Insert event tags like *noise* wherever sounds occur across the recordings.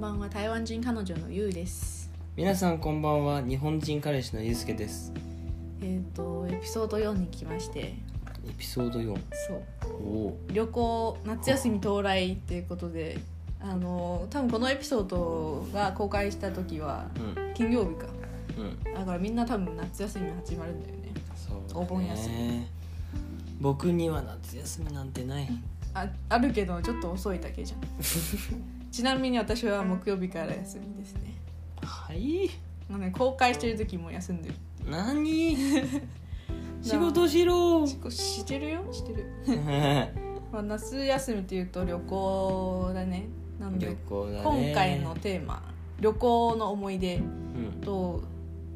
韓人彼女のゆうです皆さんこんばんは日本人彼氏のゆうすけですえっ、とエピソード4に来ましてエピソード4そうおー旅行夏休み到来っていうことであの多分このエピソードが公開した時はうん金曜日かうんだからみんな多分夏休み始まるんだよねそうだねお盆休み僕には夏休みなんてないああるけどちょっと遅いだ *laughs* けじゃんちなみに私は木曜日から休みですねはいもうね公開してる時も休んでる *laughs* 何仕事しろししてるよしてる、旅まあ、夏休みっていうと旅行だねなので、行だね今回のテーマ旅行の思い出うんと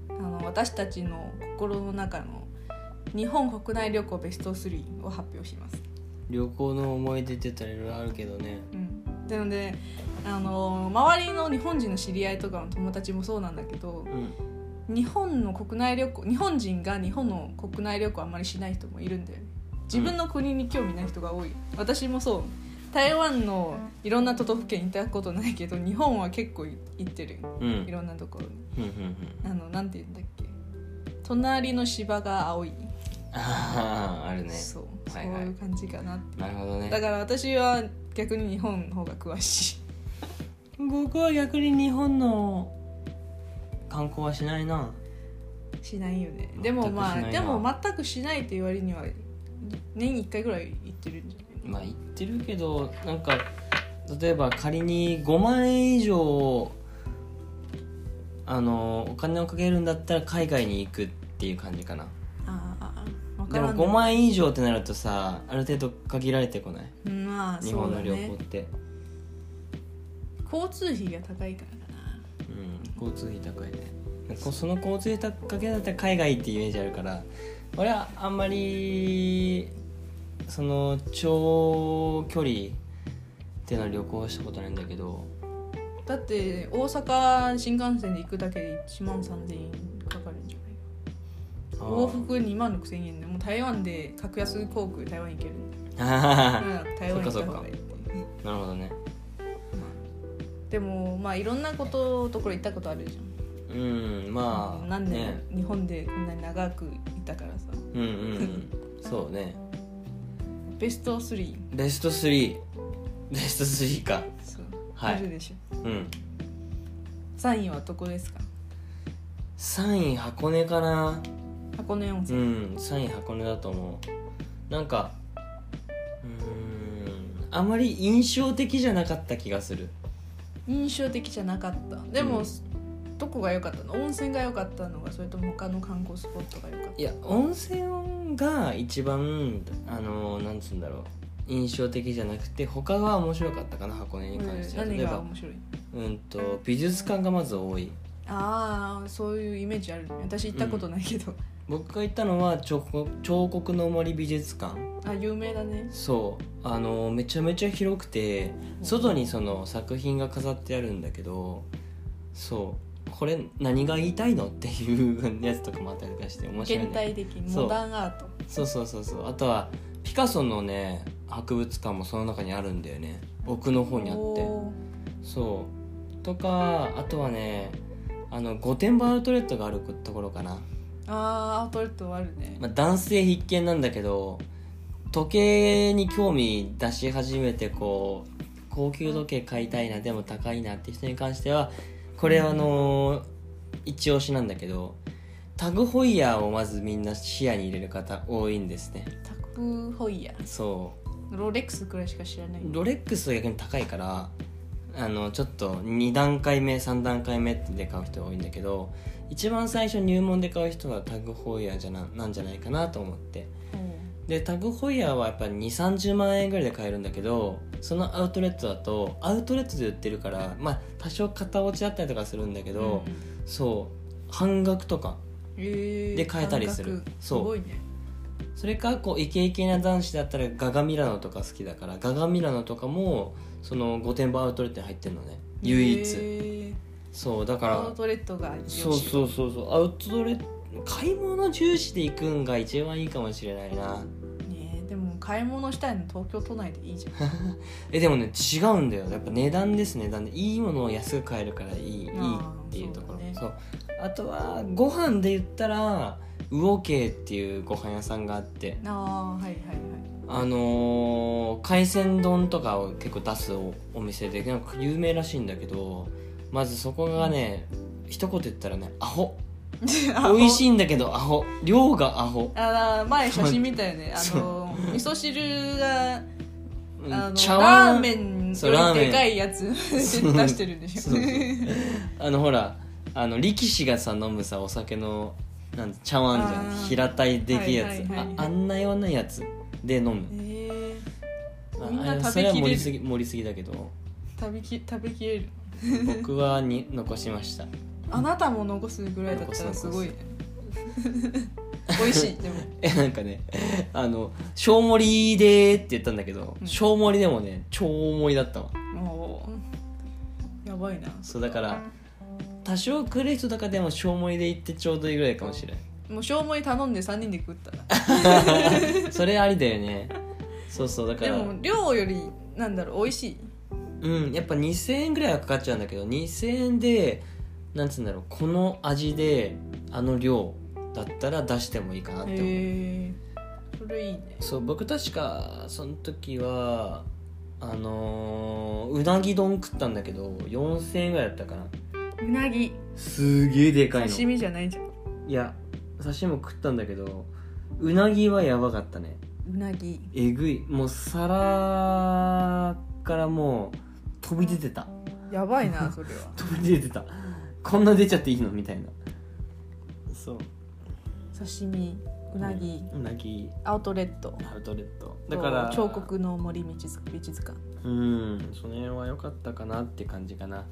あの私たちの心の中の日本国内旅行ベスト3を発表します、旅行の思い出って言ったらいろいろあるけどねうん、なのであの周りの日本人の知り合いとかの友達もそうなんだけどうん日本の国内旅行日本人が日本の国内旅行あんまりしない人もいるんだよね自分の国に興味ない人が多い私もそう台湾のいろんな都道府県行ったことないけど日本は結構行ってるうんうんいろんなところにうんうんあのなんて言うんだっけ隣の芝が青い、あああるねそうそうはいいはいう感じかな、なるほどねだから私は逆に日本の方が詳しい僕は逆に日本の観光はしないなしないよね全くでもましあないなでも全くしないって言われるには年に1回ぐらい行ってるんじゃないまあ言ってるけどなんか例えば仮に5万円以上あのお金をかけるんだったら海外に行くっていう感じかなあああ分かでらもん5万円以上ってなるとさある程度限られてこないうんまあ日そ本うだの旅行っねて交通費が高いからかなうん、交通費高いねなんかこうその交通費かけだったら海外っていうイメージあるから俺はあんまりその長距離っていうのは旅行したことないんだけどだって大阪新幹線で行くだけで1万3000円かかるんじゃないあ往復2万6000円でもう台湾で格安航空台湾行けるんだあかーら台湾行った方がいいなるほどねでもまあいろんなことところ行ったことあるじゃんうんまあ何年、ね日本でこんなに長くいたからさうんうん *laughs* うんそうねベスト3ベスト3ベスト3かそうはいあるでしょうん3位はどこですか3位箱根かな箱根温う泉、ん3位箱根だと思うなんかうーんあまり印象的じゃなかった気がする印象的じゃなかったでも、うんどこが良かったの温泉が良かったのかそれとも他の観光スポットが良かっいや温泉が一番あのなんつうんだろう印象的じゃなくて他は面白かったかな箱根に関したては何例えがば面白いうんと美術館がまず多いああそういうイメージあるね私行ったことないけど、僕が行ったのは彫刻彫刻の森美術館あ有名だねそうあのめちゃめちゃ広くて外にその作品が飾ってあるんだけどそうこれ何が言いたいのっていうやつとかもあったりとかして面白い、現ね、代的そうモダンアートそうそうそうそうあとはピカソのね博物館もその中にあるんだよね奥の方にあっておーそうとかあとはねあの御殿場アウトレットがあるところかな、あーアウトレットあるねまあ、男性必見なんだけど時計に興味出し始めてこう高級時計買いたいなでも高いなって人に関してはこれあのー一押しなんだけどタグホイヤーをまずみんな視野に入れる方多いんですねタクホイヤーそうロレックスくらいしか知らないロレックスは逆に高いからあのちょっと2段階目3段階目で買う人が多いんだけど一番最初入門で買う人はタグホイヤーじゃななんじゃないかなと思ってでタグホイヤーはやっぱり2 3 0万円ぐらいで買えるんだけどそのアウトレットだとアウトレットで売ってるからまあ多少型落ちだったりとかするんだけけど、そう半額とかでで買えたりするすそうごいねそれかこうイケイケな男子だったらガガミラノとか好きだからガガミラノとかもその御殿場アウトレットに入ってるのね唯一一そうだかアウらトレットがそううそうそうそうアウトレット買い物重視で行くんが一番いいかもしれないなねえでも買い物したいの東京都内でい *laughs* いじゃんえでもね違うんだよやっぱ値段です値段でいいものを安く買えるからいいいいあーっていうところそうだねそうあとはご飯で言ったら魚系っていうご飯屋さんがあってああはいはいはいあのー海鮮丼とかを結構出すおお店でなんか有名らしいんだけどまずそこがね一言言ったらねアホ *laughs* 美味しいいんだけどアホ量がアホあー前写真見たよ *laughs* ねあそうの味噌汁がうんあの茶ラー碗メンそうよラーりメンでかいやつ *laughs* 出してるんでしょ *laughs* そうそうあのほらあの力士がさ飲むさお酒のなんて茶碗じゃあんー平たいでけえやつ、はいはいはいああんなようなやつで飲むえあみんなあれ食べそれはきれる盛りすぎ盛りすぎだけどー、食べき食べきれる僕はに残しました *laughs* あなたも残すぐらいだったらすごいね美味しいでもえなんかねあの「小盛りで」って言ったんだけど、うん小盛りでもね超盛りだったわもうやばいなそうだから多少来る人とかでも小盛りで行ってちょうどいいぐらいかもしれんもう小盛り頼んで3人で食ったらそれありだよねそうそうだかでらも量よりなんだろう美味しいうんやっぱ2000円ぐらいはかかっちゃうんだけど2000円でなんつうんだろうこの味であの量だったら出してもいいかなって思へう、えそれいいねそう僕確かその時はあのーうなぎ丼食ったんだけど4000円ぐらいだったかなうなぎすげえでかいの刺い身じゃないじゃんや刺身も食ったんだけどうなぎはやばかったねうなぎえぐいもう皿からもう飛び出てたやばい *laughs* なそれは飛び出てたこんな出ちゃっていいのみたいなそう刺身うなぎうなぎアウトレットアウトレットだから彫刻の森道塚美術館うんその辺は良かったかなって感じかな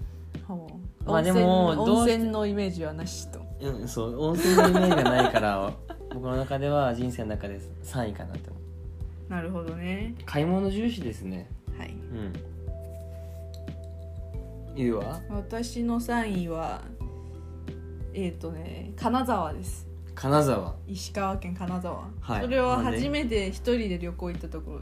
ほうまあ温で泉もど温うして泉のイメージはなしとうんそう温泉のイメージがないから *laughs* 僕の中では人生の中で3位かなって思うなるほどね買い物重視ですねはいうん言うわ私の3位はえっ、とね金沢です金沢石川県金沢、はいそれはなんで初めて一人で旅行行ったとこ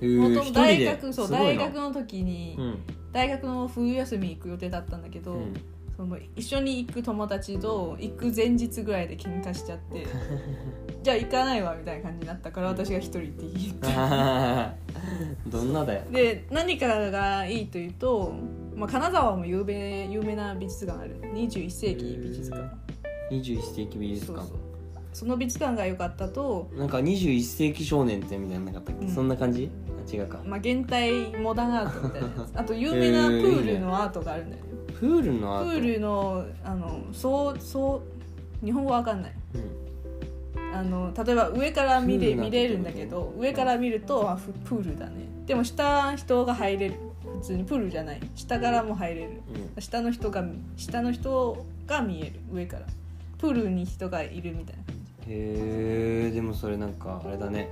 へろー元々大一人学そうすごい大な学の時に、うん大学の冬休み行く予定だったんだけど、 *laughs* うん *laughs* その一緒に行く友達と行く前日ぐらいで喧嘩しちゃって *laughs* じゃあ行かないわみたいな感じになったから私が一人って言ってあーどんなだよで何かがいいというと、まあ、金沢も有名有名な美術館ある21世紀美術館21世紀美術そう館そうその美術館が良かったと、なんか21世紀少年ってみたいなのなかったっけ、うんそんな感じあ違うかまあ、現代モダンアートみたいな *laughs* やつあと有名なプールのアートがあるんだよね、プールのアープトールのあのそうそう日本語わかんないうんあの例えば上から見れプールのアート見れるんだけど上から見るとあふプールだねでも下人が入れる普通にプールじゃない下からも入れるうん下の人が下の人が見える上からプールに人がいるみたいなへえでもそれなんかあれだね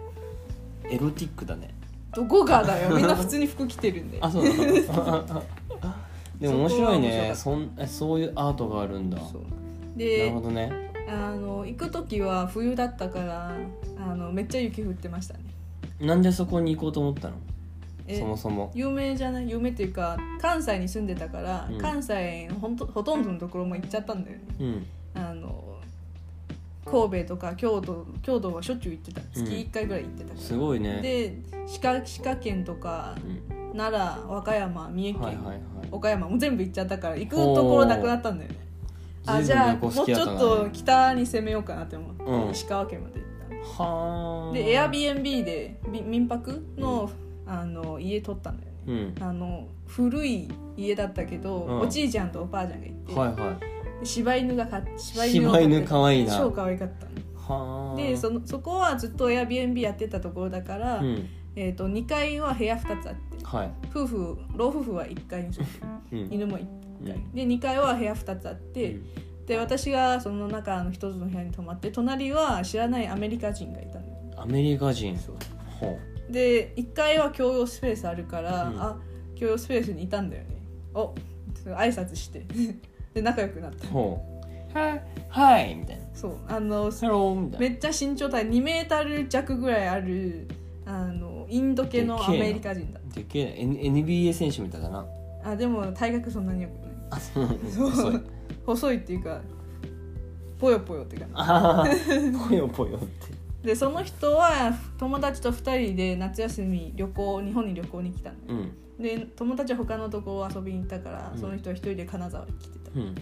エロティックだねどこがだよみんな普通に服着てるんであそうなの *laughs* でも面白いねそそんえそういうアートがあるんだそうなでるほどねあの行く時は冬だったからあのめっちゃ雪降ってましたねなんでそこに行こうと思ったのえそもそも有名じゃない有名っていうか関西に住んでたから、うん関西のほんとほとんどのところも行っちゃったんだよねうんあの神戸とか京都京都はしょっちゅう行ってた月1回ぐらい行ってたから、すごいねで滋賀滋賀県とかうん、奈良和歌山三重県、はいはいはい岡山も全部行っちゃったから行くところなくなったんだよねあじゃあもうちょっと北に攻めようかなって思って、うん石川県まで行ったはあで Airbnb でび民泊の,、あの家取ったんだよねうんあの古い家だったけど、うんおじいちゃんとおばあちゃんがいて、はいはで柴犬が飼ってい柴犬わ可愛いな超可愛かったはのあでそのそこはずっと Airbnb やってたところだから、うんえー、と2階は部屋2つあってはい夫婦老夫婦は1階に住んでうん犬も1うん階で2階は部屋2つあっうて、んで私がその中の1つの部屋に泊まって隣は知らないアメリカ人がいたのよアメリカ人そうほで1階は共用スペースあるから、うんあ共用スペースにいたんだよねお挨拶して *laughs* で仲良くなったうほうはいはいみたいなそうあのハローみたいめなっちゃ身長体2メートル弱ぐらいあるあのインド系のアメリカ人だでけえ N- NBA 選手みたいだなあでも体格そんなによくないあそうそう細い細いっていうかぽよぽよって感じあーぽよぽよってでその人は友達と2人で夏休み旅行日本に旅行に来たのうんで友達は他のとこ遊びに行ったから、うんその人は一人で金沢に来てたうん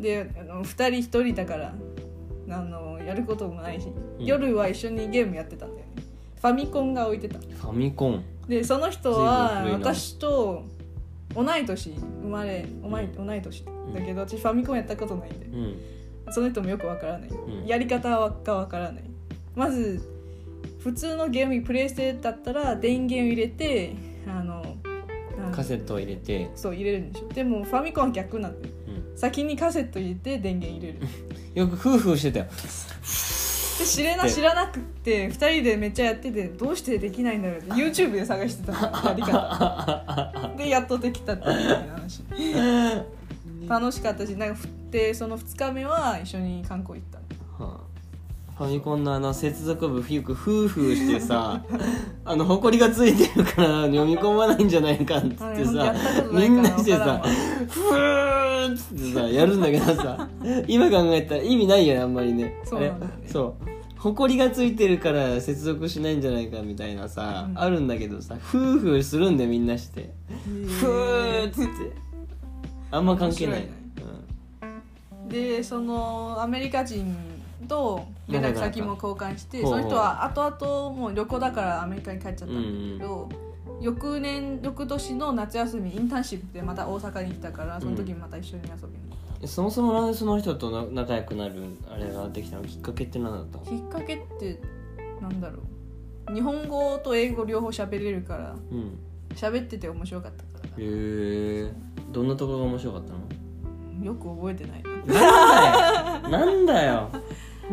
であの2人1人だからあのやることもないし、うん夜は一緒にゲームやってたんだよねファミコンが置いてたファミコンでその人は随分古いな私と同い年生まれおまい同い年だけど、私ファミコンやったことないんでうんその人もよくわからない、んやり方がわからないまず普通のゲームプレイステだったら電源を入れてあのあのカセットを入れて、そう入れるんでしょでもファミコンは逆なんだようん、先にカセット入れて電源入れるよく夫婦してたよで知れなで知らなくって2人でめっちゃやっててどうしてできないんだろうって YouTube で探してたのやり方 *laughs* でやっとできたっていう話楽しかったしなんかふってその2日目は一緒に観光行ったはあファミコンのあの接続部よくフーフーして *laughs* さあの埃がついてるから読み込まないんじゃないかって言ってあやさったことなみいからんなしてわさからんわフーっつってさやるんだけどさ今考えたら意味ないよねあんまりねそうなんだよねあれそう埃がついてるから接続しないんじゃないかみたいなさ、うんあるんだけどさフーフーするんでみんなしてフーっつってあんま関係ない面でそのアメリカ人と連絡先も交換してそほうほうの人は後々もう旅行だからアメリカに帰っちゃったんだけど、翌年翌年の夏休みインターンシップでまた大阪に来たからその時にまた一緒に遊びに行っうんそもそもなんでその人とな仲良くなるあれができたのきっかけって何だったのた、きっかけってなんだろう日本語と英語両方喋れるからうん喋ってて面白かったからへえどんなところが面白 *laughs* かったのよく覚えてないななんだよ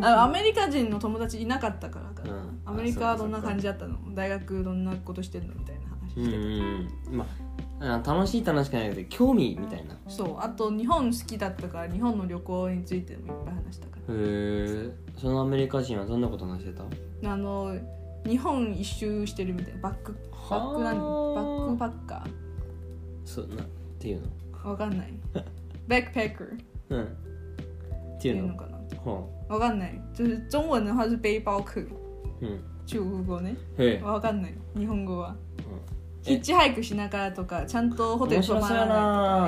あ *laughs* のアメリカ人の友達いなかったからかな、うんアメリカはどんな感じだったの大学どんなことしてんのみたいな話うしんてうて、んうんまああ楽しい楽しくないけど興味みたいなへそうあと日本好きだったから日本の旅行についてもいっぱい話したかえそのアメリカ人はどんなこと話してたらあの日本一周してるみたいなバックバック何バックパッカそなっていうのーわかんないバックパッカーっうんってていいううののかなほわかんない就是中文的话是背包客ううん中国語ねへえわかんない日本語はえヒッチハイクしながらとかちゃんとホテル泊まら面な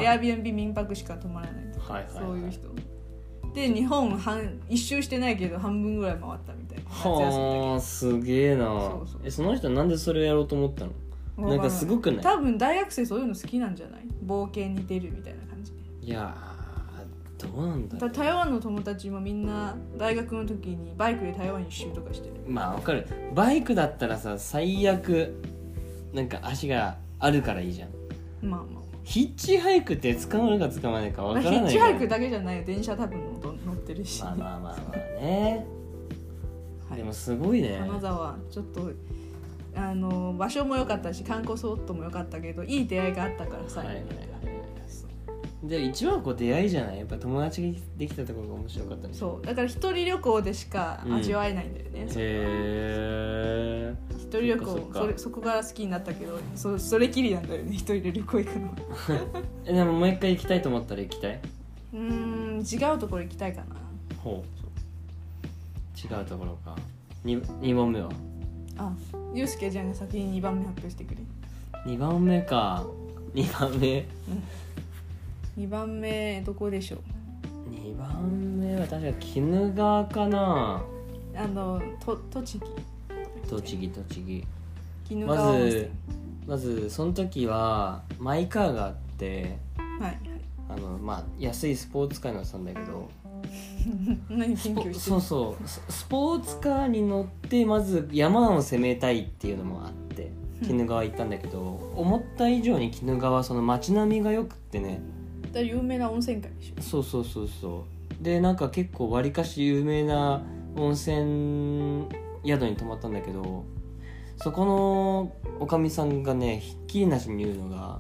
い白とか Airbnb 民泊しか泊まらないとか、はいはいはいそういう人で日本半一周してないけど半分ぐらい回ったみたいな夏休みだけはあすげえなそうそうえその人なんでそれをやろうと思ったのわならんかすごくない多分大学生そういうの好きなんじゃない冒険に出るみたいな感じでいやーどうなんだろだう台湾の友達もみんな大学の時にバイクで台湾一周とかしてるまあわかるバイクだったらさ最悪なんか足があるからいいじゃんまあまヒッチハイクって捕まるか捕まらないかあ、わかヒらないッチからハイクだけじゃないよ電車多分乗乗ってるし、まあまあまあまあねはいでもすごいね金沢ちょっとあの場所も良かったし観光スポットも良かったけどいい出会いがあったからさ、はいはいはいで一番はこう出会いじゃないやっぱ友達ができたところが面白かったりそうだから一人旅行でしか味わえないんだよね、へそれえ一人旅行そっそかそっかれそこが好きになったけどそそれきりなんだよね一人で旅行行くのはえでももう一回行きたいと思ったら行きたいうーん違うところ行きたいかなほう違うところか 2, 2番目はあゆうすけちゃんが先に2番目発表してくれ2番目か2番目2番目どこでしょう2番目は確か鬼怒川かなあのと栃木栃木栃木鬼怒ま川温泉ずまずその時はマイカーがあってはいはいあのまあ安いスポーツカーに乗ってたんだけど何ス研ポ究してそるうそうススポーツカーに乗ってまず山を攻めたいっていうのもあって鬼怒川行ったんだけど、思った以上に鬼怒川その街並みがよくってねだから有名な温泉街でしょそうそうそうそうでなんか結構わりかし有名な温泉宿に泊まったんだけどそこのおかみさんがねひっきりなしに言うのが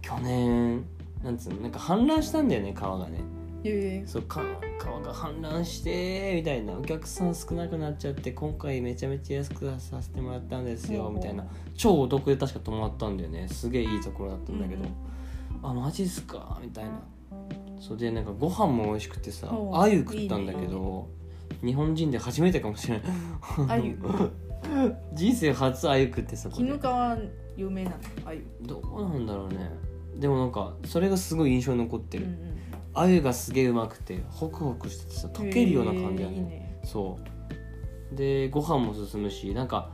去年なんつうのなんか氾濫したんだよね川がねええそうか川が氾濫してみたいなお客さん少なくなっちゃって今回めちゃめちゃ安くさせてもらったんですようんみたいな超お得で確か泊まったんだよねすげえいいところだったんだけど、うんあマジっすかみたいなそれでなんかご飯も美味しくてさおうあゆ食ったんだけいいど日本人で初めてかもしれないあゆ *laughs* 人生初あゆ食ってさここで絹川有名なのあゆどうなんだろうねでもなんかそれがすごい印象に残ってうんる、うんあゆがすげえうまくてホクホクしててさ溶けるような感じだね,、ええいいねそうでご飯も進むしなんか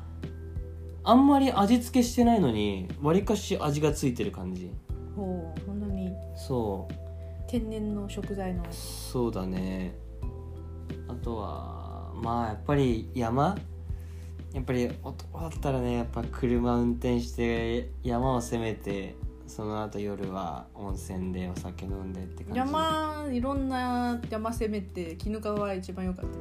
あんまり味付けしてないのにわりかし味がついてる感じほう本当にそう天然の食材のそうだねあとはまあやっぱり山やっぱり男だったらねやっぱ車運転して山を攻めてその後夜は温泉でお酒飲んでって感じ山いろんな山攻めて絹川は一番良かった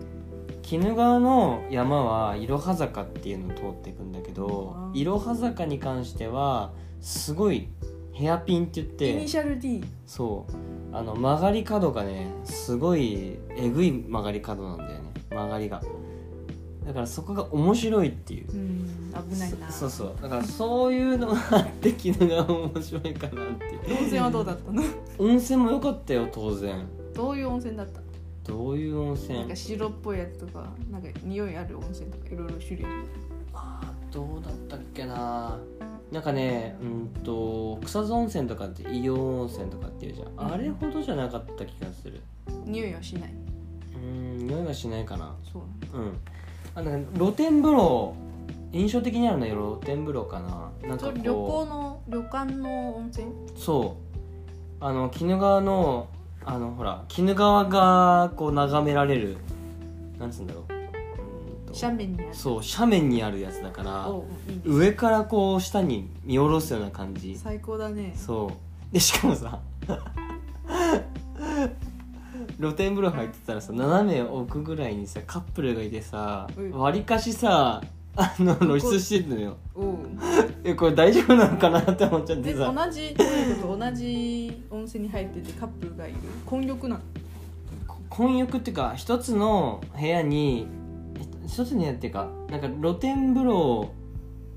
鬼怒川の山はいろは坂っていうのを通っていくんだけどあーいろは坂に関してはすごいヘアピンって言ってイニシャル D そうあの曲がり角がねすごいえぐい曲がり角なんだよね曲がりがだからそこが面白いっていううん危ないなそそうそうだからそういうのがあって昨日が面白いかなって温泉はどうだったの温泉も良かったよ当然 *laughs* どういう温泉だったどういう温泉なんか白っぽいやつとかなんか匂いある温泉とかいろいろ種類あるあーどうだったっけななんかねうんと草津温泉とかって硫黄温泉とかっていうじゃんあれほどじゃなかった気がする匂いはしないうーん匂いがしないかなそううんあなんか露天風呂印象的にあるのよ露天風呂かななんそかれ旅行この旅館の温泉うそうあの鬼怒川のあのほら鬼怒川がこう眺められるなんつうんだろううーんと斜面にあるそう斜面にあるやつだからおういいね上からこう下に見下ろすような感じ最高だねそうでしかもさ露天風呂入ってたらさ斜め奥ぐらいにさカップルがいてさうんわりかしさあの露出してんのよおうえこれ大丈夫なのかなって思っちゃっでて同さじどういうこと同じ温泉に入っててカップルがいる混浴なのこ混浴っていうか一つの部屋にひ一つの部屋っていうかなんか露天風呂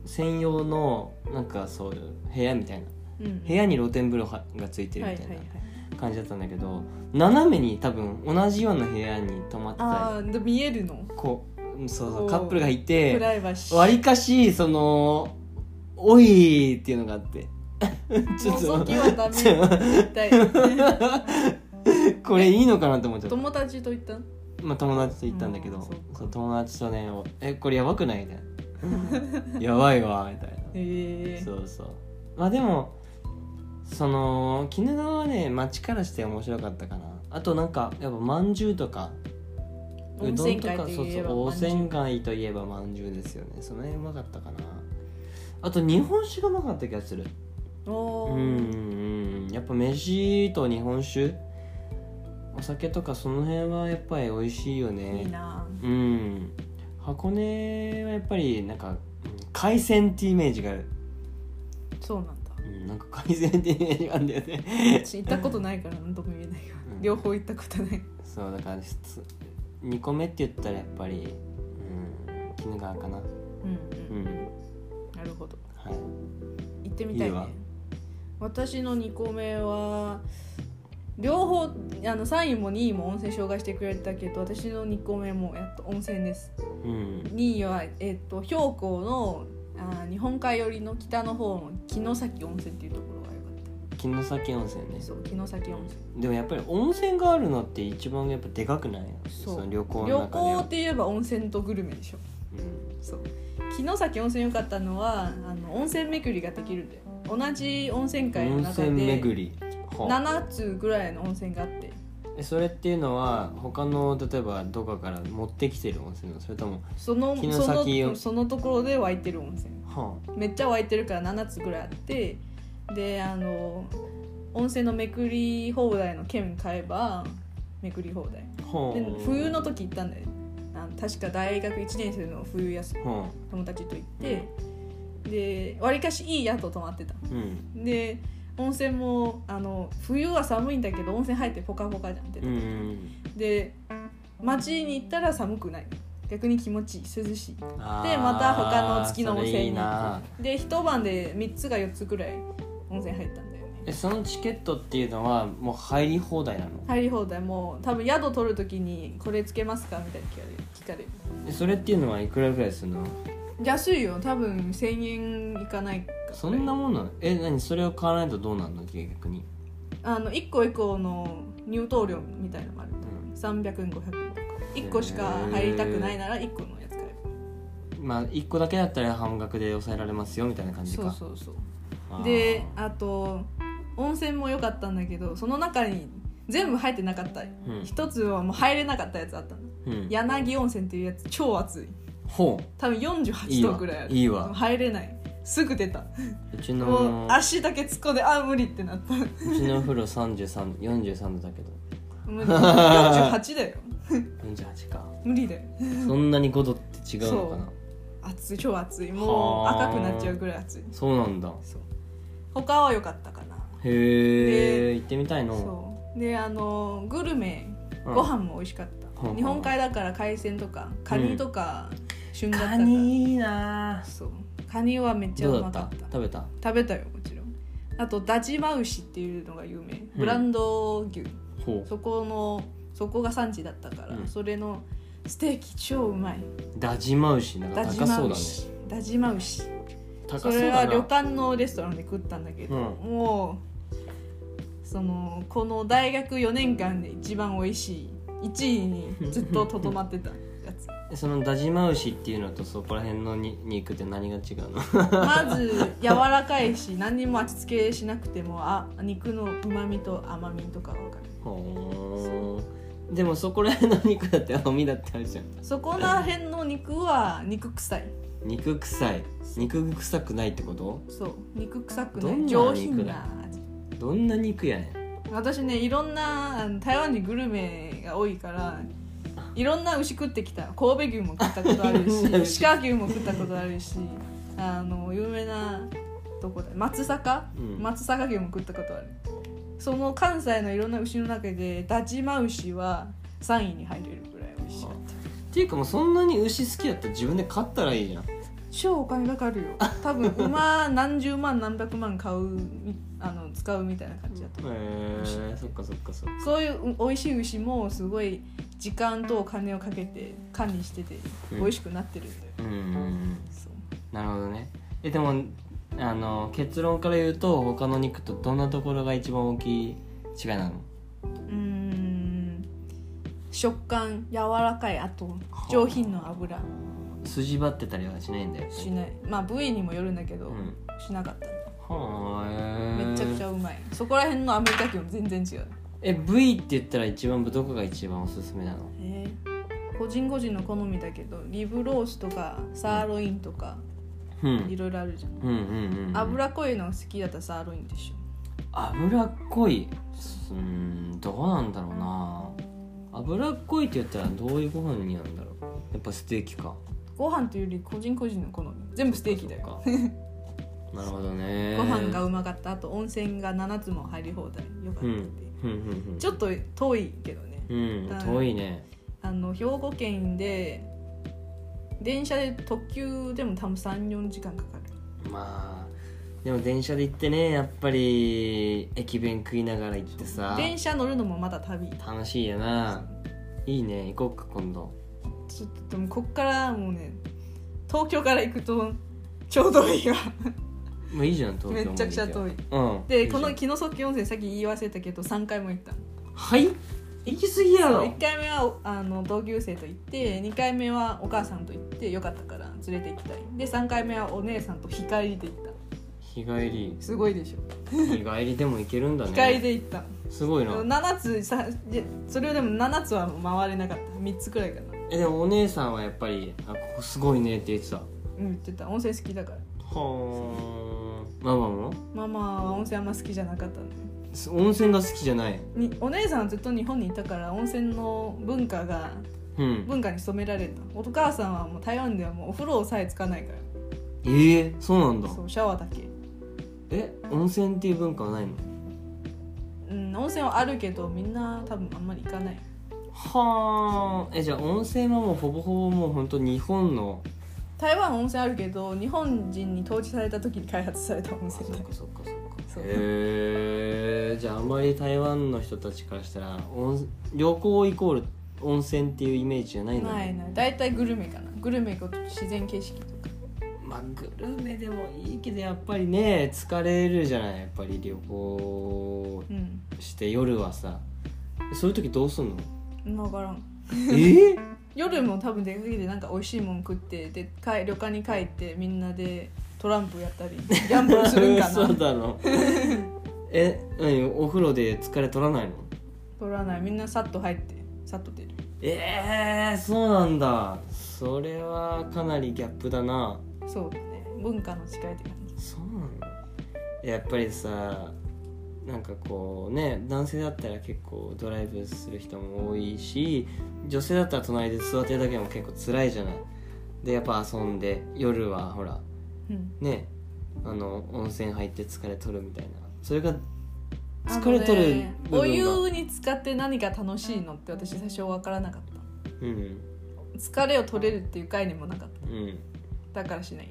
専用のなんかそういう部屋みたいなうん部屋に露天風呂はがついてるはみいたはいいな、はい感じだったんだけど斜めに多分同じような部屋に泊まってたああで見えるのりこううんそうそおうーカップルがいプてライバシーわりかしその「おい!」っていうのがあって *laughs* ちょっ覗ときはダメ絶 *laughs* 対これいいのかなと思っちゃった、友達と行ったのまあ、友達と行ったんだけどうんそうかそう友達とねお「えこれやばくない?」みたい *laughs* な「やばいわ」みたいなへえそうそうまあでもその鬼怒川はね町からして面白かったかなあとなんかやっぱまんじゅうとか温うどん泉と街かとそういそえばう温まんじゅう泉街といえばまんじゅうですよねその辺うまかったかなあと日本酒がうまかった気がするおうーんうんやっぱ飯と日本酒お酒とかその辺はやっぱり美味しいよねいいなうん箱根はやっぱりなんかうん海鮮ってイメージがあるそうなんだうんなんか改善ってイメージがあるんだよね私行ったことないから何とも言えないがうん両方行ったことないそうだから2個目って言ったらやっぱりうん鬼怒川かなうんううんんなるほどはい行ってみたいいいねわ私の2個目は両方あの3位も2位も温泉紹介してくれたけど私の2個目もやっと温泉ですうん2位は、えっと標高のあー日本海寄りの北の方の城崎温泉っていうところが良かっ城崎温泉ねたそう城崎温泉でもやっぱり温泉があるのって一番やっぱでかくないそうの旅行の旅中で行はって言えば温泉とグルメでしょうんそう城崎温泉良かったのはあの温泉巡りができるんだよ同じ温泉街の温中で泉巡りは7つぐらいの温泉があってえそれっていうのは他の例えばどこかから持ってきてる温泉なのそれともその城そ崎のよそのところで湧いてる温泉はめっちゃ湧いてるから7つぐらいあってであの温泉のめくり放題の券買えばめくり放題あはであ冬の時行ったんだよあの確か大学1年生の冬休みは友達と行ってでわりかしいい宿泊まってたあうんで温泉もあの冬は寒いんだけど温泉入ってポカポカじゃんって、うんうんで街に行ったら寒くない逆に気持ちいい涼しいあーでまた他の月の温それ泉いいになで一晩で3つか4つくらい温泉入ったんだよねえそのチケットっていうのはもう入り放題なの入り放題もう多分宿取る時にこれつけますかみたいに聞かれる聞かれるえそれっていうのはいくらぐらいするの安いよ多分1000円いかないかぐらいそんなもんなのえ何それを買わないとどうなんの逆にあの1個1個の入湯料みたいのもあるう300円500円とか1個しか入りたくないなら1個のやつ買えまあ1個だけだったら半額で抑えられますよみたいな感じばかそうそうそうあーであと温泉も良かったんだけどその中に全部入ってなかったうん一つはもう入れなかったやつあったのうん柳温泉っていうやつ超暑いほ多分48度くらいあるいいわいいわ入れないすぐ出たううちもうの足だけ突っ込んであ無理ってなったうちのお風呂33 43度だけど *laughs* 無理48だよ48か無理だよそんなに5度って違うのかな暑い超暑いもうはあ赤くなっちゃうくらい暑いそうなんだそう他は良かったかなへえ行ってみたいのそうであのグルメうんご飯も美味しかった、ほうほう日本海だから海鮮とかカニとか旬だったかカら、ニいいなそうカニはめっちゃどううだまっかたった食べた食べたよもちろんあとダジマ牛っていうのが有名うんブランド牛、ほうそこのそこが産地だったから、うんそれのステーキ超うまいダジマウシなんかダジ高マそうだね牛ダジマ牛高そそうれはだ旅な館のレストランで食ったんだけど、うんもうそのこの大学4年間で一番美味しい1位にずっととどまってたやつえそのダジマウシっていうのとそこら辺のに肉って何が違うのまず柔らかいし何にも味付けしなくてもあ肉のうまみと甘みとかわかるほーでもそこら辺の肉だって青みだってあるじゃんそこら辺の肉は肉臭い肉臭い肉臭くないってことそう肉臭くどなんない肉上品な味どんな肉やねん私ねいろんなあの台湾にグルメが多いからいろんな牛食ってきた神戸牛も食ったことある *laughs* いろんなし牛鹿牛も食ったことあるしあの有名などこだ松阪、うん松阪牛も食ったことあるその関西のいろんな牛の中でダチマ牛は3位に入れるぐらい美味しいっていうかもうそんなに牛好きだったら自分で買ったらいいじゃん超お金かかるよ多分馬何十万何百万買うあの使うみたいな感じだと思うへえそっかそっかそっかそういう美味しい牛もすごい時間とお金をかけて管理しててうん美味しくなってるんだよ、うんうんうんそうなるほどねえでもあの結論から言うと他の肉とどんなところが一番大きい違いなのうーん食感柔らかいあとあ上品の脂筋張ってたりはしないんだよしないまあ部位にもよるんだけど、うんしなかったはーめちゃくちゃうまいそこら辺のアメリカ牛も全然違うえ V って言ったら一番どこが一番おすすめなのへえ個人個人の好みだけどリブロースとかサーロインとかうんいろいろあるじゃん、うんうんうん脂っこいのが好きだったらサーロインでしょ脂っこいうーんどうなんだろうな脂っこいって言ったらどういうご飯になるんだろうやっぱステーキかご飯というより個人個人の好み全部ステーキだよか *laughs* なるほどねご飯がううまかったあと温泉が7つも入り放題よかったって、んうんうんうんちょっと遠いけどねうん遠いねあの兵庫県で電車で特急でも多分34時間かかるまあでも電車で行ってねやっぱり駅弁食いながら行ってさ電車乗るのもまだ旅楽しいよないいね行こうか今度ちょっとでもこっからもうね東京から行くとちょうどいいわもういいじゃん東め京ちゃくちゃ遠いいうんいいでじゃこんの城崎温泉さっき言い忘れたけど3回も行ったはい行き過ぎやろ1回目はおあの同級生と行って2回目はお母さんと行ってよかったから連れて行きたいで3回目はお姉さんと日帰りで行っ日帰りたすごいでしょ日帰りでも行けるんだね日帰りで行ったすごいな7つさでそれをでも7つは回れなかった3つくらいかなえでもお姉さんはやっぱりあここすごいねって言ってたはうん言ってた温泉好きだからあママもママは温泉あんま好きじゃなかったんだよす温泉が好きじゃないにお姉さんはずっと日本にいたから温泉の文化がうん文化に染められたお母さんはもう台湾ではもうお風呂さえつかないかええそうなんだらそうシャワーだけえ温泉っていう文化はないのうん、温泉はあるけどみんな多分あんまり行かないはあえじゃあ温泉はもうほぼほぼもう本当日本の台湾温泉あるけど日本人に統治された時に開発された温あそっ泉だかそっかそっそかうへえじゃああんまり台湾の人たちからしたら温旅行イコール温泉っていうイメージじゃないのないない大体グルメかなグルメと自然景色とかまあグルメでもいいけどやっぱりね疲れるじゃないやっぱり旅行うんして夜はさそういう時どう *laughs* すんの分からんえー夜も多分出かけてなんか美味しいもん食ってで帰旅館に帰ってみんなでトランプやったり *laughs* ギャンブルするんかなそうだろえ何お風呂で疲れ取らないの取らないみんなさっと入ってさっと出るえー、そうなんだそれはかなりギャップだなそうだね文化の違いって感じそうなんだやっぱりさなんかこうね男性だったら結構ドライブする人も多いし女性だったら隣で座ってるだけでも結構辛いじゃないでやっぱ遊んで夜はほらうんねあの温泉入って疲れ取るみたいなそれがあのね疲れとる部分がお湯に使って何が楽しいのって私最初分からなかったうん疲れを取れるっていう概念もなかっうんただからしない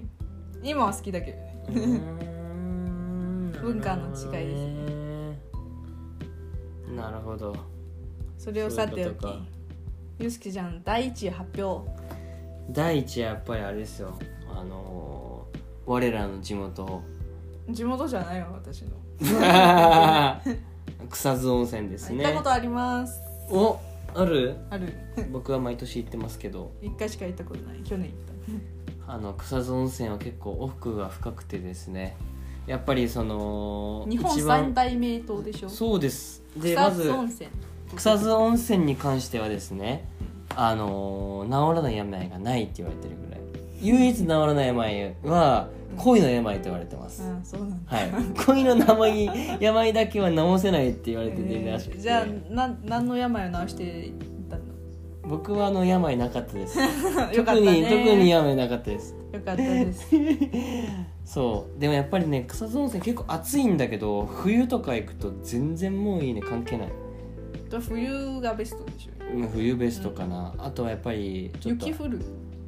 今は好きだけどね文 *laughs* 文化の違いですねなるほどそれをさておきそういうことかゆうすけちゃん第一位発表第一やっぱりあれですよあのー我らの地 *laughs* 元地元じゃないよ私の、草津温泉です行っねたことありますおあるある僕は毎年行ってますけど一回しか行ったことない去年行ったあの草津温泉は結構奥が深くてですねやっぱりその日本一三番大名湯でしょそうですで草ま津ず温泉草津温泉に関してはですねあのー治らない病がないって言われてるぐらい唯一治らない病は恋の病と言われてます、あそうなんだ、はい、恋の病病だけは治せないって言われててらしえくて、ーじゃあな何の病を治していった *laughs* の僕はあの病なかったで *laughs* すよかった特にね特に病なかったですよかったですそうでもやっぱりね草津温泉結構暑いんだけど冬とか行くと全然もういいね関係ないと冬がベストでしょうん冬ベストかな、あとはやっぱりちょっと雪降る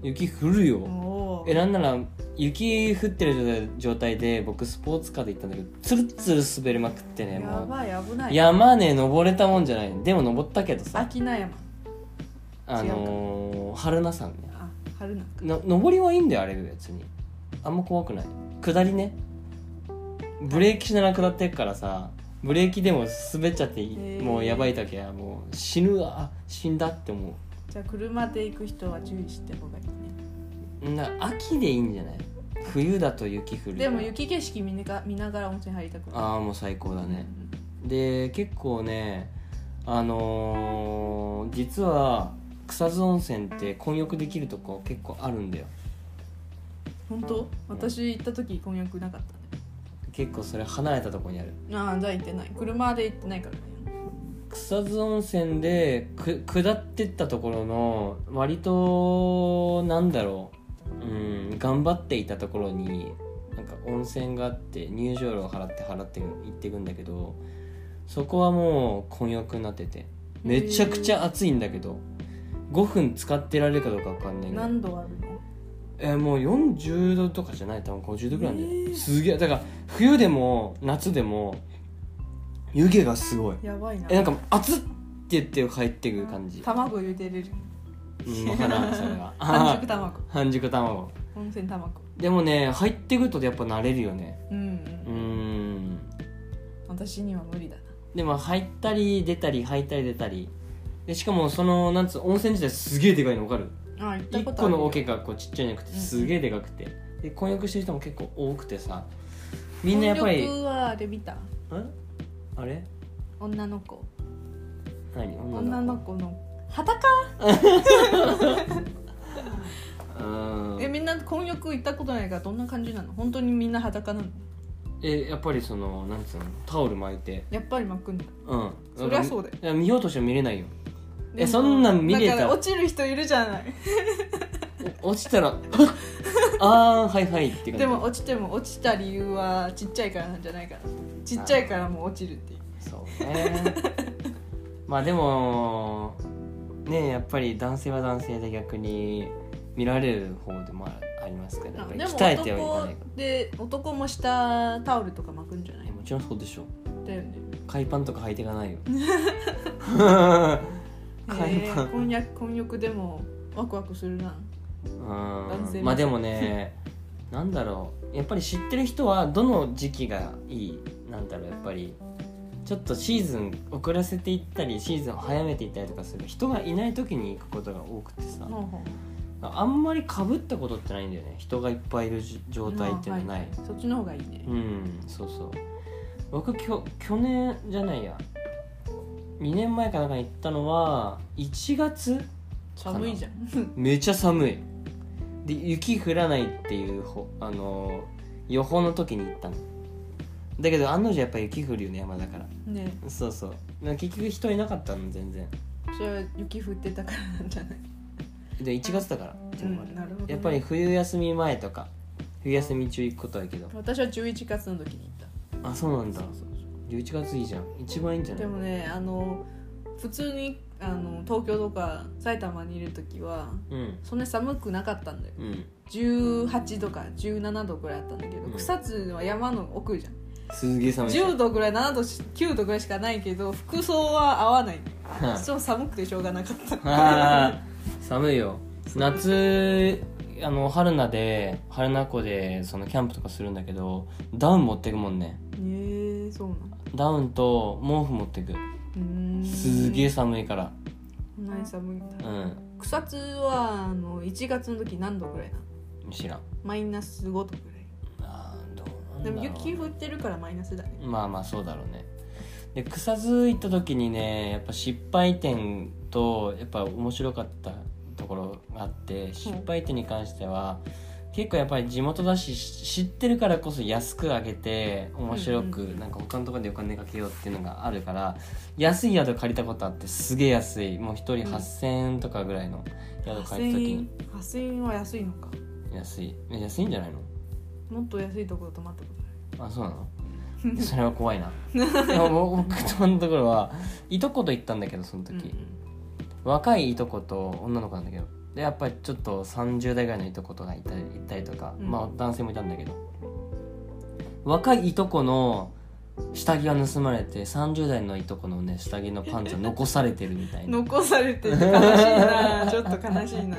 雪降るよ、おえーなんなら雪降ってる状態状態で僕スポーツカーで行ったんだけどツルッツル滑りまくってねやもばい危なうい山ね登れたもんじゃないでも登ったけどさ秋名山あのー、春菜山ねあ春菜の登りはいいんだよあれ別にあんま怖くない下りねブレーキしながら下ってくからさブレーキでも滑っちゃっていへーもうやばい時はもう死ぬわ死んだって思じゃあ車で行く人は注意してほがいいねうな秋でいいんじゃない冬だと雪降るでも雪景色見なが見ながら温泉入りたくなああもう最高だいねで結構ねあのー実は草津温泉って混浴できるとこ結構あるんだよ本当私行った時婚約なかったね結構それ離れたとこにあるああじゃあ行ってない車で行ってないからね草津温泉でく下ってったところの割となんだろううん頑張っていたところになんか温泉があって入場料を払って払って行っていくんだけどそこはもう混浴になっててめちゃくちゃ暑いんだけど5分使ってられるかどうかわかんないぐらい何度あるのえーもう40度とかじゃない多分50度ぐらいなんだよえーすげえだから冬でも夏でも湯気がすごいやばいなえなんか熱って言って帰ってくる感じ卵茹でれるうんわからんそれ *laughs* は半熟卵半熟卵温泉卵でもね入ってくるとやっぱ慣れるよねうん、うーん私には無理だなでも入ったり出たり入ったり出たりでしかもそのなんつう温泉自体すげえでかいのわかるああ行った一ことあ個るの桶がこうちっちゃいのくてすげえでかくてで混浴してる人も結構多くてさみんなやっぱり僕はあれ見たんあれ女の子何女の子女の子の裸うーんえみんな婚浴行ったことないからどんな感じなの本当にみんな裸なのえやっぱりそのなんつうのタオル巻いてやっぱり巻くんだうんそりゃそうだよいや見ようとしても見れないよでもそんなん見れただから落ちる人いるじゃない *laughs* お落ちたらあーはいはいって感じでも落ちても落ちた理由はちっちゃいからなんじゃないかなちっちゃいからもう落ちるっていうそうねまあでもねやっぱり男性は男性で逆に見られる方でもあありますからやっぱりでも鍛えてはいか男ないかで男も下タオルとか巻くんじゃならいえもちろんそうでしょだよね海パンとか履いてい *laughs* かないよ *laughs* 海えパンー、婚約婚約でもワクワクするな男う性んまあでもね *laughs* なんだろうやっぱり知ってる人はどの時期がいいなんだろうやっぱりちょっとシーズン遅らせていったりシーズンを早めていったりとかする人がいない時に行くことが多くてさ、ほうほあんまりかぶったことってないんだよね人がいっぱいいるじ状う態っていうのはない、まあはそっちの方がいいねうんそうそう僕きょ去年じゃないや2年前かなんかに行ったのは1月寒いじゃんめちゃ寒いで雪降らないっていうほあのー予報の時に行ったのだけど案の定やっぱ雪降るよね山だからねそうそうだから結局人いなかったの全然それは雪降ってたからなんじゃないで1月だから、うん *laughs* なるほどねやっぱり冬休み前とか冬休み中行くことはいいけど私は11月の時に行ったあそうなんだそうそう11月いいじゃん一番いいんじゃないでもねあの普通にあの東京とか埼玉にいる時はうんそんな寒くなかったんだようん18度か17度ぐらいあったんだけど、うん草津は山の奥じゃんすげえ寒いじゃん10度ぐらい7度9度ぐらいしかないけど服装は合わないそう寒くてしょうがなかったあー寒いよ夏あの春名で春名湖でそのキャンプとかするんだけどダウン持ってくもんねえー、そうなダウンと毛布持ってくのすげええ寒いからない寒いんだうん草津はあの1月の時何度ぐらいなの知らんマイナス5度ぐらいあーどうなんでだろもう雪降ってるからマイナスだねまあまあそうだろうねで草津行った時にねやっぱ失敗点とやっぱ面白かったところがあって失敗点に関しては、結構やっぱり地元だしし知ってるからこそ安く上げて面白く、うんうんなんか他のところでお金かけようっていうのがあるから安い宿借りたことあってすげえ安いもう1人8,000円とかぐらいの宿借りた時8000円8000に円は安いのか安いえ安いんじゃないのもっと安いところ泊まったことないあそうな *laughs* のそれは怖いなでも僕とのところはいとこと行ったんだけどその時、うん若いいとこと女の子なんだけどでやっぱりちょっと30代ぐらいのいとことがいたりいたりとか、うんまあ男性もいたんだけど若いいとこの下着が盗まれて30代のいとこのね下着のパンツは残されてるみた *laughs* いな残されてる悲しいなちょっと悲しいな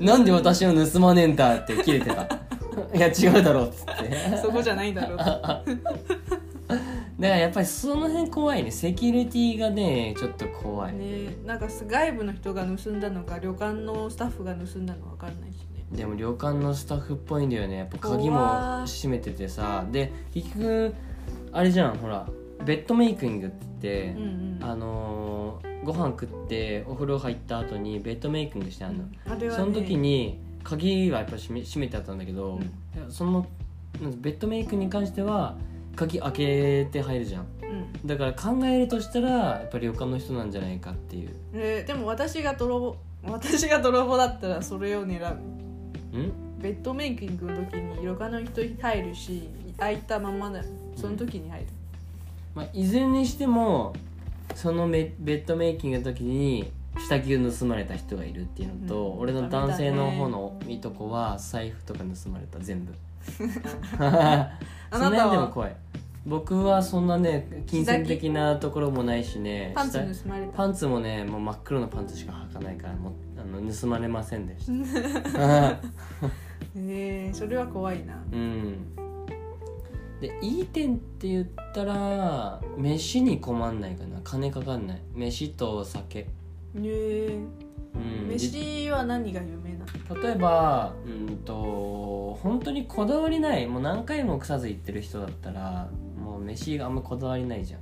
なんで私を盗まねえんだって切れてた *laughs* いや違うだろうっつってそこじゃないだろうとだからやっぱりその辺怖いねセキュリティがねちょっと怖い、ねなんか外部の人が盗んだのか旅館のスタッフが盗んだのか分かんないしねでも旅館のスタッフっぽいんだよねやっぱ鍵怖もい閉めててさで結局あれじゃんほらベッドメイキングってうん言って、うんあのーご飯食ってお風呂入った後にベッドメイキングしてあんの、あれは、ね、その時に鍵はやっぱ閉め閉めてあったんだけど、そのなんベッドメイクに関しては鍵開けて入るじゃんうんだから考えるとしたらやっぱり旅館の人なんじゃないかっていうえーでも私が泥棒 *laughs* 私が泥棒だったらそれを狙うんベッドメイキングの時に旅館の人入るし開いたままだその時に入る、まあ、いずれにしてもそのめベッドメイキングの時に下着を盗まれた人がいるっていうのと、うん俺の男性の方のいとこは財布とか盗まれた全部その辺でも怖い僕はそんなね金銭的なところもないしねパンツ下盗まれたパンツもねもう真っ黒のパンツしか履かないからもうあの盗まれませんでしたえーそれは怖いな *laughs* うんでいい点って言ったら飯に困んないかな金かかんない飯とお酒、えうん、で飯は何が有名なの例えばうんと本当にこだわりないもう何回も草津行ってる人だったらもう飯があんまこだわりないじゃん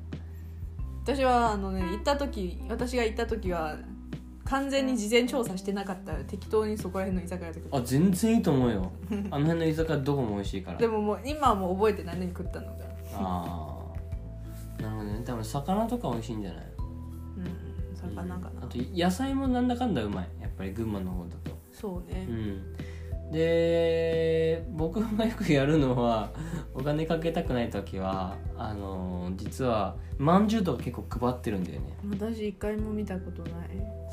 私はあのね行った時私が行った時は完全に事前調査してなかった適当にそこら辺の居酒屋とかあ全然いいと思うよ *laughs* あの辺の居酒屋どこも美味しいからでももう今はもう覚えてない何食ったのか、ああなるほどね多分魚とか美味しいんじゃないうん、魚かうんなあと野菜もなんだかんだうまいやっぱり群馬の方だとそうねうん、で僕がよくやるのはお金かけたくない時はあの実はまんじゅうとか結構配ってるんだよね私一回も見たことない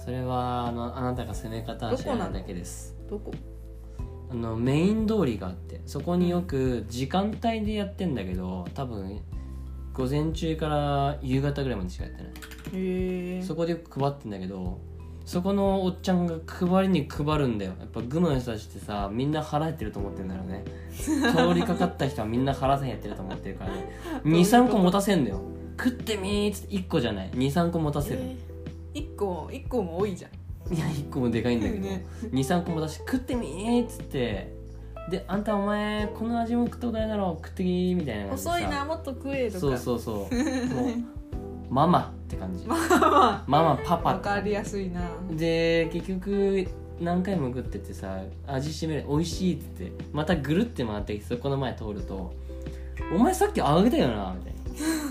それはあのあなたが攻め方は知らないだけですどこあのメイン通りがあってそこによく時間帯でやってんだけど多分午前中から夕方ぐらいまでしかやってないへえそこでよく配ってんだけどそこのおっちゃんが配りに配るんだよやっぱグマの人たちってさみんな腹減ってると思ってるんだろうね通りかかった人はみんな腹減ってると思って *laughs* るからね23個持たせんだよ食ってみーっつって1個じゃない23個持たせる、一個一個も多いじゃんいや1個もでかいんだけど、ね23個も出して食ってみーっつってであんたお前この味も食ったことないだろ食ってきーみたいな感じでさ細いなもっと食えとかそうそうそうもうママって *laughs* 感じマまマパあパわかりやすいなで結局何回も食ってってさ味しめる美味しいっつってまたぐるって回ってそこの前通ると「お前さっきあげたよな」みた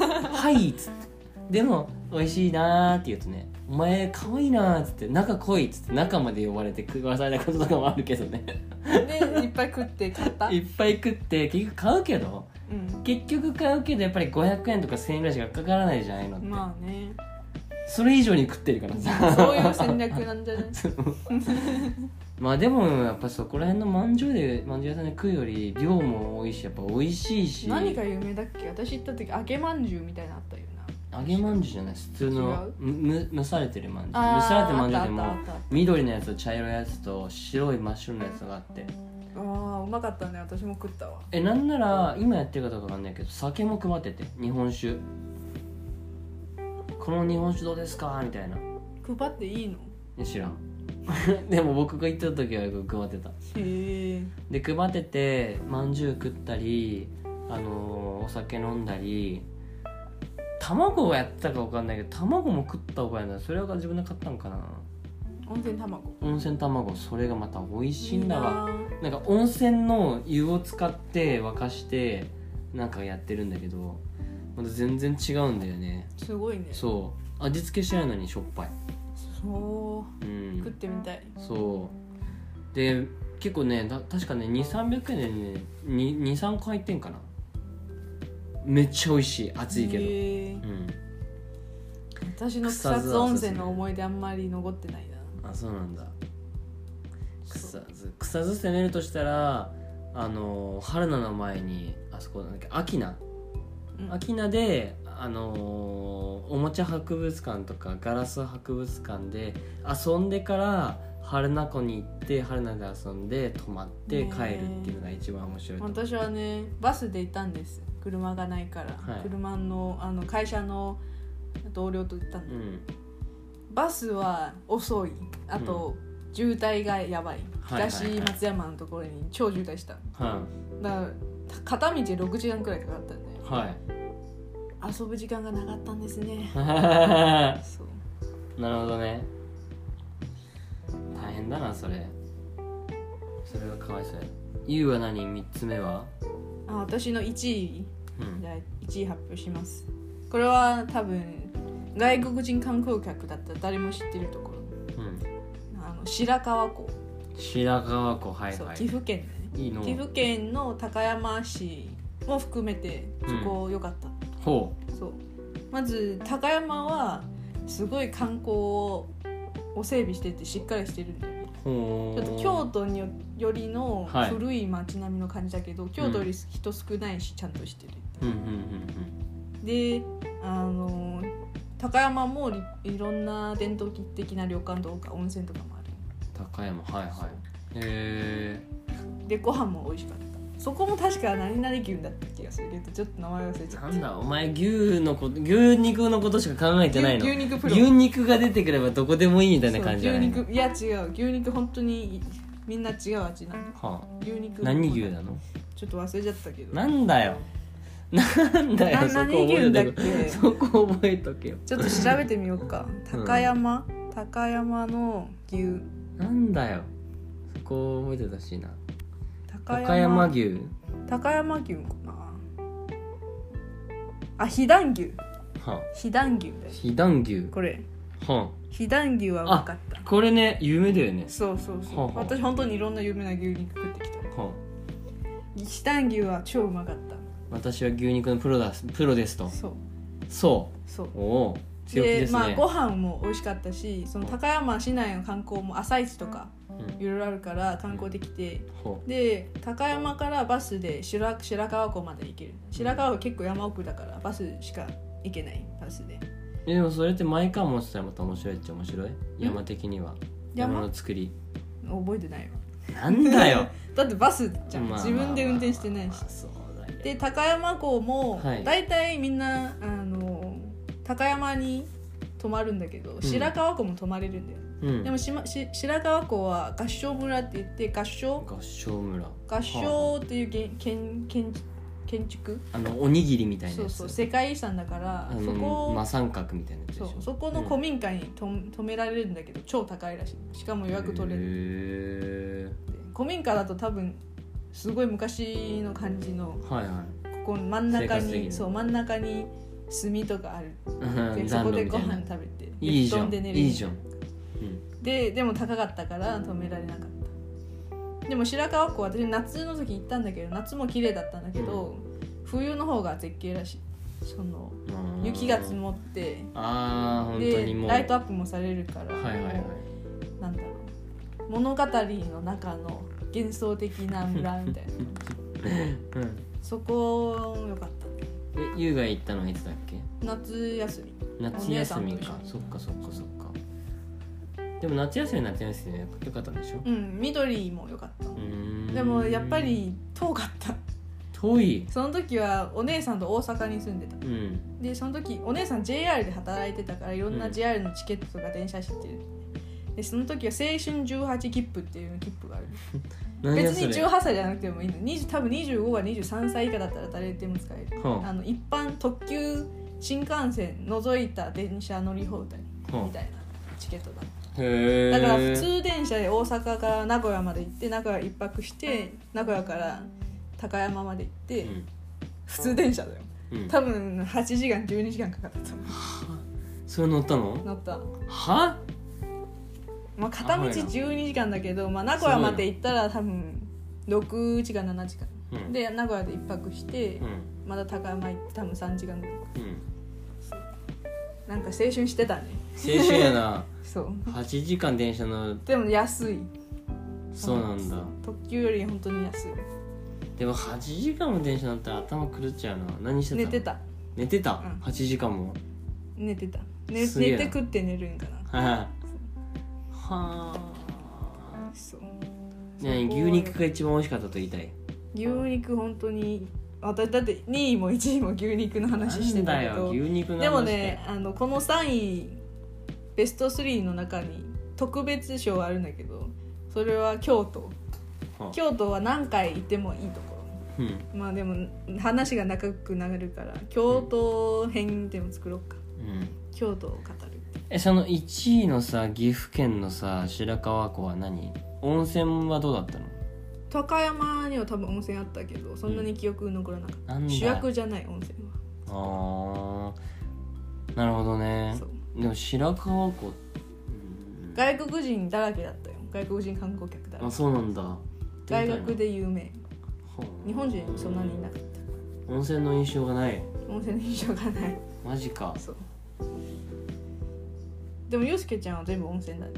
*laughs* いな「はい」っつってでも「美味しいな」って言うとね「お前可愛いな」っつって「仲濃い」っつって中まで呼ばれて食わされたこととかもあるけどねでいっぱい食って買ったいっぱい食って結局買うけどうん結局買うけどやっぱり500円とか1000円ぐらいしかかからないじゃないのって、まあねそれ以上に食ってるからさそういう戦略なん *laughs* じゃないまあでもやっぱそこら辺のまんじゅうでまんじゅう屋さんで食うより量も多いしやっぱ美味しいし何が有名だっけ私行った時揚げまんじゅうみたいなのあったよな揚げまんじゅうじゃない普通のむむ蒸されてるまんじゅう蒸あーされてるまんじゅうであっもたあったあっ緑のやつと茶色いやつと白い真っ白のやつがあってたあーうまかったね私も食ったわえなんなら今やってるかどうかわかんないけど酒も配ってて日本酒この日本酒どうですかみたいな配っていいのえ知らん *laughs* でも僕が行った時はよく配ってたへえで配っててまんじゅう食ったり、あのーお酒飲んだり卵をやってたか分かんないけど卵も食った覚えないそれが自分で買ったんかな温泉卵温泉卵それがまた美味しいんだわなんか温泉の湯を使って沸かしてなんかやってるんだけどまた全然違うんだよねいいなすごいねそそう味付けしてないのにしょっぱい、う、うん食ってみたいそうで結構ねだ確かね2300円でね23回転かなめっちゃ美味しい暑いけど、へえうん私の草津温泉の思い出あんまり残ってないなあそうなんだそ草う津草津攻めるとしたらあの春菜の前にあそこなんだっけ秋名うん秋名であのーおもちゃ博物館とかガラス博物館で遊んでから春名湖に行って春名で遊んで泊まって帰るっていうのが一番面白いと思う私はねバスで行ったんです車がないから、はい車のあの会社の同僚と行ったんうで、んバスは遅いあと、渋滞がやばいはいはい東松山のところに超渋滞したはだから片道6時間くらいかかったんでいは遊ぶ時間がなかったんですねい *laughs* そうなるほどね大変だなそれそれはかわいそうやゆうは何3つ目はあ私の1位うんじゃあ1位発表しますこれは多分外国人観光客だったら誰も知ってるところうんあの白川湖、白川湖はいそうは岐阜県だねいいいの岐阜県の高山市も含めてそこ良かった、ほそうまず高山はすごい観光を整備しててしっかりしてるんだよねうほちょうっと京都によよりのはい古い町並みの感じだけど、京都より人少ないしちゃんとしてる、うんうんであの高山もりいろんな伝統的な旅館とか温泉とかもある高山はいはいへでご飯も美味しかったそこも確か何々牛だった気がするけどちょっと名前忘れえちゃなっんだお前牛のこと牛肉のことしか考えてたない牛の牛肉プロ牛肉が出てくればどこでもいいみたいなそう感じじ牛ゃないの肉いや違う牛肉本当にみんな違う味なのはあ牛肉何牛なのちょっと忘れちゃったけどなんだよ。なんだよ。なそこ何覚え牛だっとけけそこ覚えとけよ。ちょっと調べてみようかうん高山、高山の牛なんだよ。そこ覚えててほしいな。高高山牛牛。高山牛かなあ飛騨牛は飛騨牛だよあ。飛騨牛。これは飛弾牛はうまかったあこれね夢だよねそうそうそう、はあはあ私本当にいろんな有名な牛肉食ってきたは飛弾牛は超うまかっ私は牛肉のプロだプロですたとそうそそううおお強気でですまあね、ご飯も美味しかったしその高山市内の観光も朝市とかうんいろいろあるから観光できてほで高山からバスで白白川湖まで行ける白川湖結構山奥だからバスしか行けないバスでうえでもそれって毎回持ってたらまた面白いっちゃ面白い山的には山山の作り覚えてないよなんだよだってバスじゃんまあ自分で運転してないしまあそうだよで高山港もはい大体みんなあの高山に泊まるんだけど白川湖も泊まれるんだよ、うんでもしまし白川湖は合掌村って言って合掌合掌村合掌っていう建建建建築あのおにぎりみたいなそやうつそう世界遺産だからあそのこ真三角みたいなやつでしそょうそこの古民家にと泊められるんだけど超高いらしいしかも予約取れるる古民家だと多分すごい昔の感じのはいはここ真ん中生活的になそう真ん中に炭とかある *laughs* いでそこでご飯食べていいじゃん布団で寝れるいいじゃん、ででも高かったから止められなかったでも白川湖私夏の時行ったんだけど夏も綺麗だったんだけど、冬の方が絶景らしいそのうん雪が積もってああ本当でにもうライトアップもされるから、はいはいはいなんだろう物語の中の幻想的な村みたいな *laughs* うんそこよかったえ優が行ったのはいつだっけ夏休み夏休みおか姉さそっかそっかそっかでも夏休みは夏休みでよかったんでしょうん緑もよかったうーんでもやっぱり遠かった遠いその時はお姉さんと大阪に住んでたうんでその時お姉さん JR で働いてたからいろんうなん JR のチケットとか電車知ってる、でその時は青春18切符っていう切符がある何が別それに18歳じゃなくてもいいの20多分25が23歳以下だったら誰でも使えるはあの一般特急新幹線除いた電車乗り放題あはみたいなチケットだあへえだから普通電車で大阪から名古屋まで行って名古屋一泊して名古屋から高山まで行って、普通電車だようんうん多分8時間12時間かかったと思それ乗ったのう乗ったはまあ、片道長いな12時間だけど、まあ、名古屋まで行ったら多分6時間7時間、うんで名古屋で1泊して、うんまた高山行って多分3時間ぐらいうんなんか青春してたね青春やなそう8時間電車のでも安いそうなんだ特急より本当に安いでも8時間も電車乗ったら頭狂っちゃうな何してたの寝てた寝てた、ん8時間も寝てた寝すげえ寝なて食って寝るんかなはいはあそうねそこ牛肉が一番美味しかったと言いたい牛肉本当に私だって2位も1位も牛肉の話してたなんだけよど牛肉の話でもねあのこの3位ベスト3の中に特別賞あるんだけどそれは京都はあ京都は何回行ってもいいところうんまあでも話が長くなるから京都編でも作ろうかうん京都を語るえその1位のさ岐阜県のさ白川湖は何温泉はどうだったの高山には多分温泉あったけどそんなに記憶残らなかった、なんだ主役じゃない温泉あーなるほどは、ねそうでも白川湖外国人だらけだったよ外国人観光客だらあけそうなんだ大学で有名はあ日本人そんなにいなかった温泉の印象がない温泉の印象がないマジかそうでも祐介ちゃんは全部温泉だね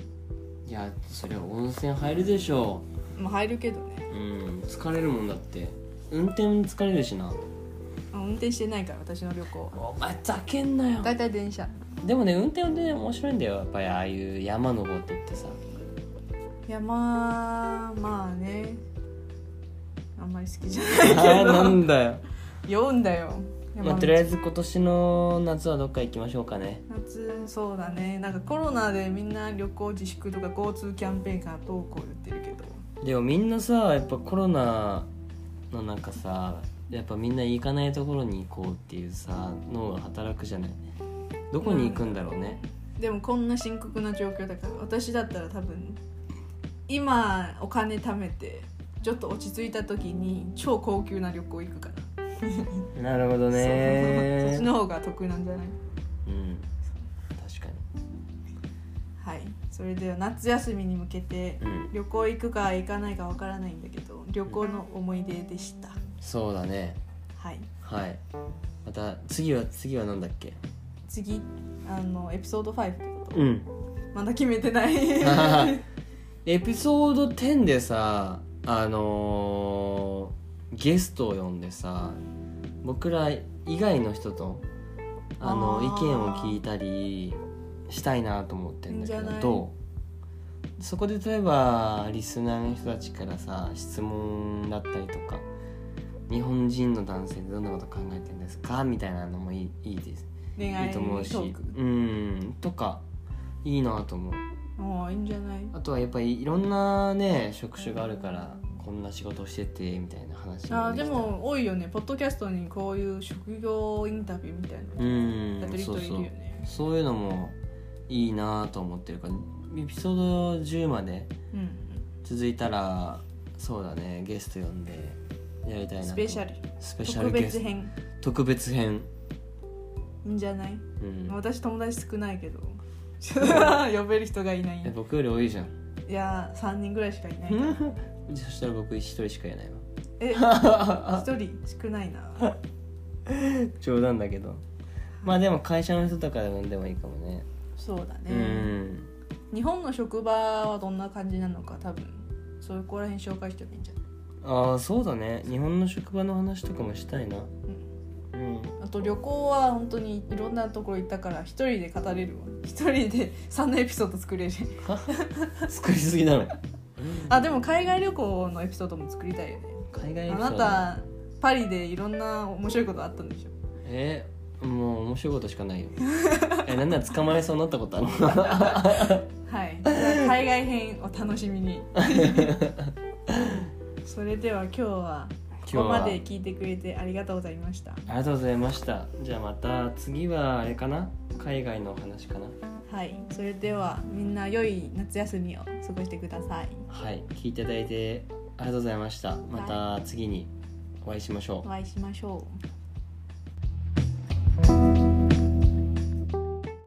いやそりゃ温泉入るでしょまあ入るけどうねうん疲れるもんだって運転疲れるしなあ運転してないから私の旅行はお前ざけんなよ大体電車でもね運転はね面白いんだよやっぱりああいう山登ってって *laughs* さいやまあまあねあんまり好きじゃ *laughs* あないーけなどんだよ、酔うんだよまあ、山道とりあえず今年の夏はどっか行きましょうかね夏そうだねなんかコロナでみんな旅行自粛とか GoTo キャンペーンがどうこう言ってるけどでもみんなさやっぱコロナの中さやっぱみんな行かないところに行こうっていうさ脳が働くじゃないどこに行くんだろうね、でもこんな深刻な状況だから私だったら多分今お金貯めてちょっと落ち着いた時に超高級な旅行行くからなるほどねそうそっちの方が得なんじゃないうん確かにはいそれでは夏休みに向けてうん旅行行くか行かないかわからないんだけど旅行の思い出でしたそうだねはいはいまた次は次はなんだっけ次あのエピソード5ってこと、うんまだ決めてない *laughs* エピソード10でさあのーゲストを呼んでさ僕ら以外の人とあのあ意ー見を聞いたりしたいなと思っていいんだんけじゃどないどうそこで例えばリスナーの人たちからさ質問だったりとか日本人の男性でどんなこと考えてるんですかみたいなのもいいいいです恋愛いいとト思うしークうんとかいいなと思うもういいんじゃないあとはやっぱりいろんなね職種があるからこんな仕事しててみたいな話あーきでたも多いよねポッドキャストにこういう職業インタビューみたいなうのんやってるそ人ういるそようねそういうのもいいなと思ってるからエピソード10までうん続いたらそうだねゲスト呼んでやりたいなとスペシャルスペシャ特ルゲス別ト編特別編いいんじゃない、うん私友達少ないけど *laughs* 呼べる人がいないえ僕より多いじゃん *laughs* いやー3人ぐらいしかいないそしたら僕一人しかいないわ *laughs* え一人少ないな冗談だけどまあでも会社の人とかでもでもいいかもねそうだうねん日本の職場はどんな感じなのか多分そこら辺紹介してもいいんじゃない、ああそうだね日本の職場の話とかもしたいなうんうん、あと旅行は本当にいろんなところ行ったから一人で語れるわ一人で3のエピソード作れる作りすぎなのあでも海外旅行のエピソードも作りたいよね海あ外エピソーなドたパリでいろんな面白いことあったんでしょえーもう面白いことしかないよえなんなら捕まれそうになったことあるはい、じゃあ海外編お楽しみ *laughs* にそれでは今日はこ日はこまで聞いてくれてありがとうございましたありがとうございましたじゃあまた次はあれかな海外のお話かなはいそれではみんな良い夏休みを過ごしてくださいはい聞いていただいてありがとうございましたまた次にお会いしましょうお会いしましょう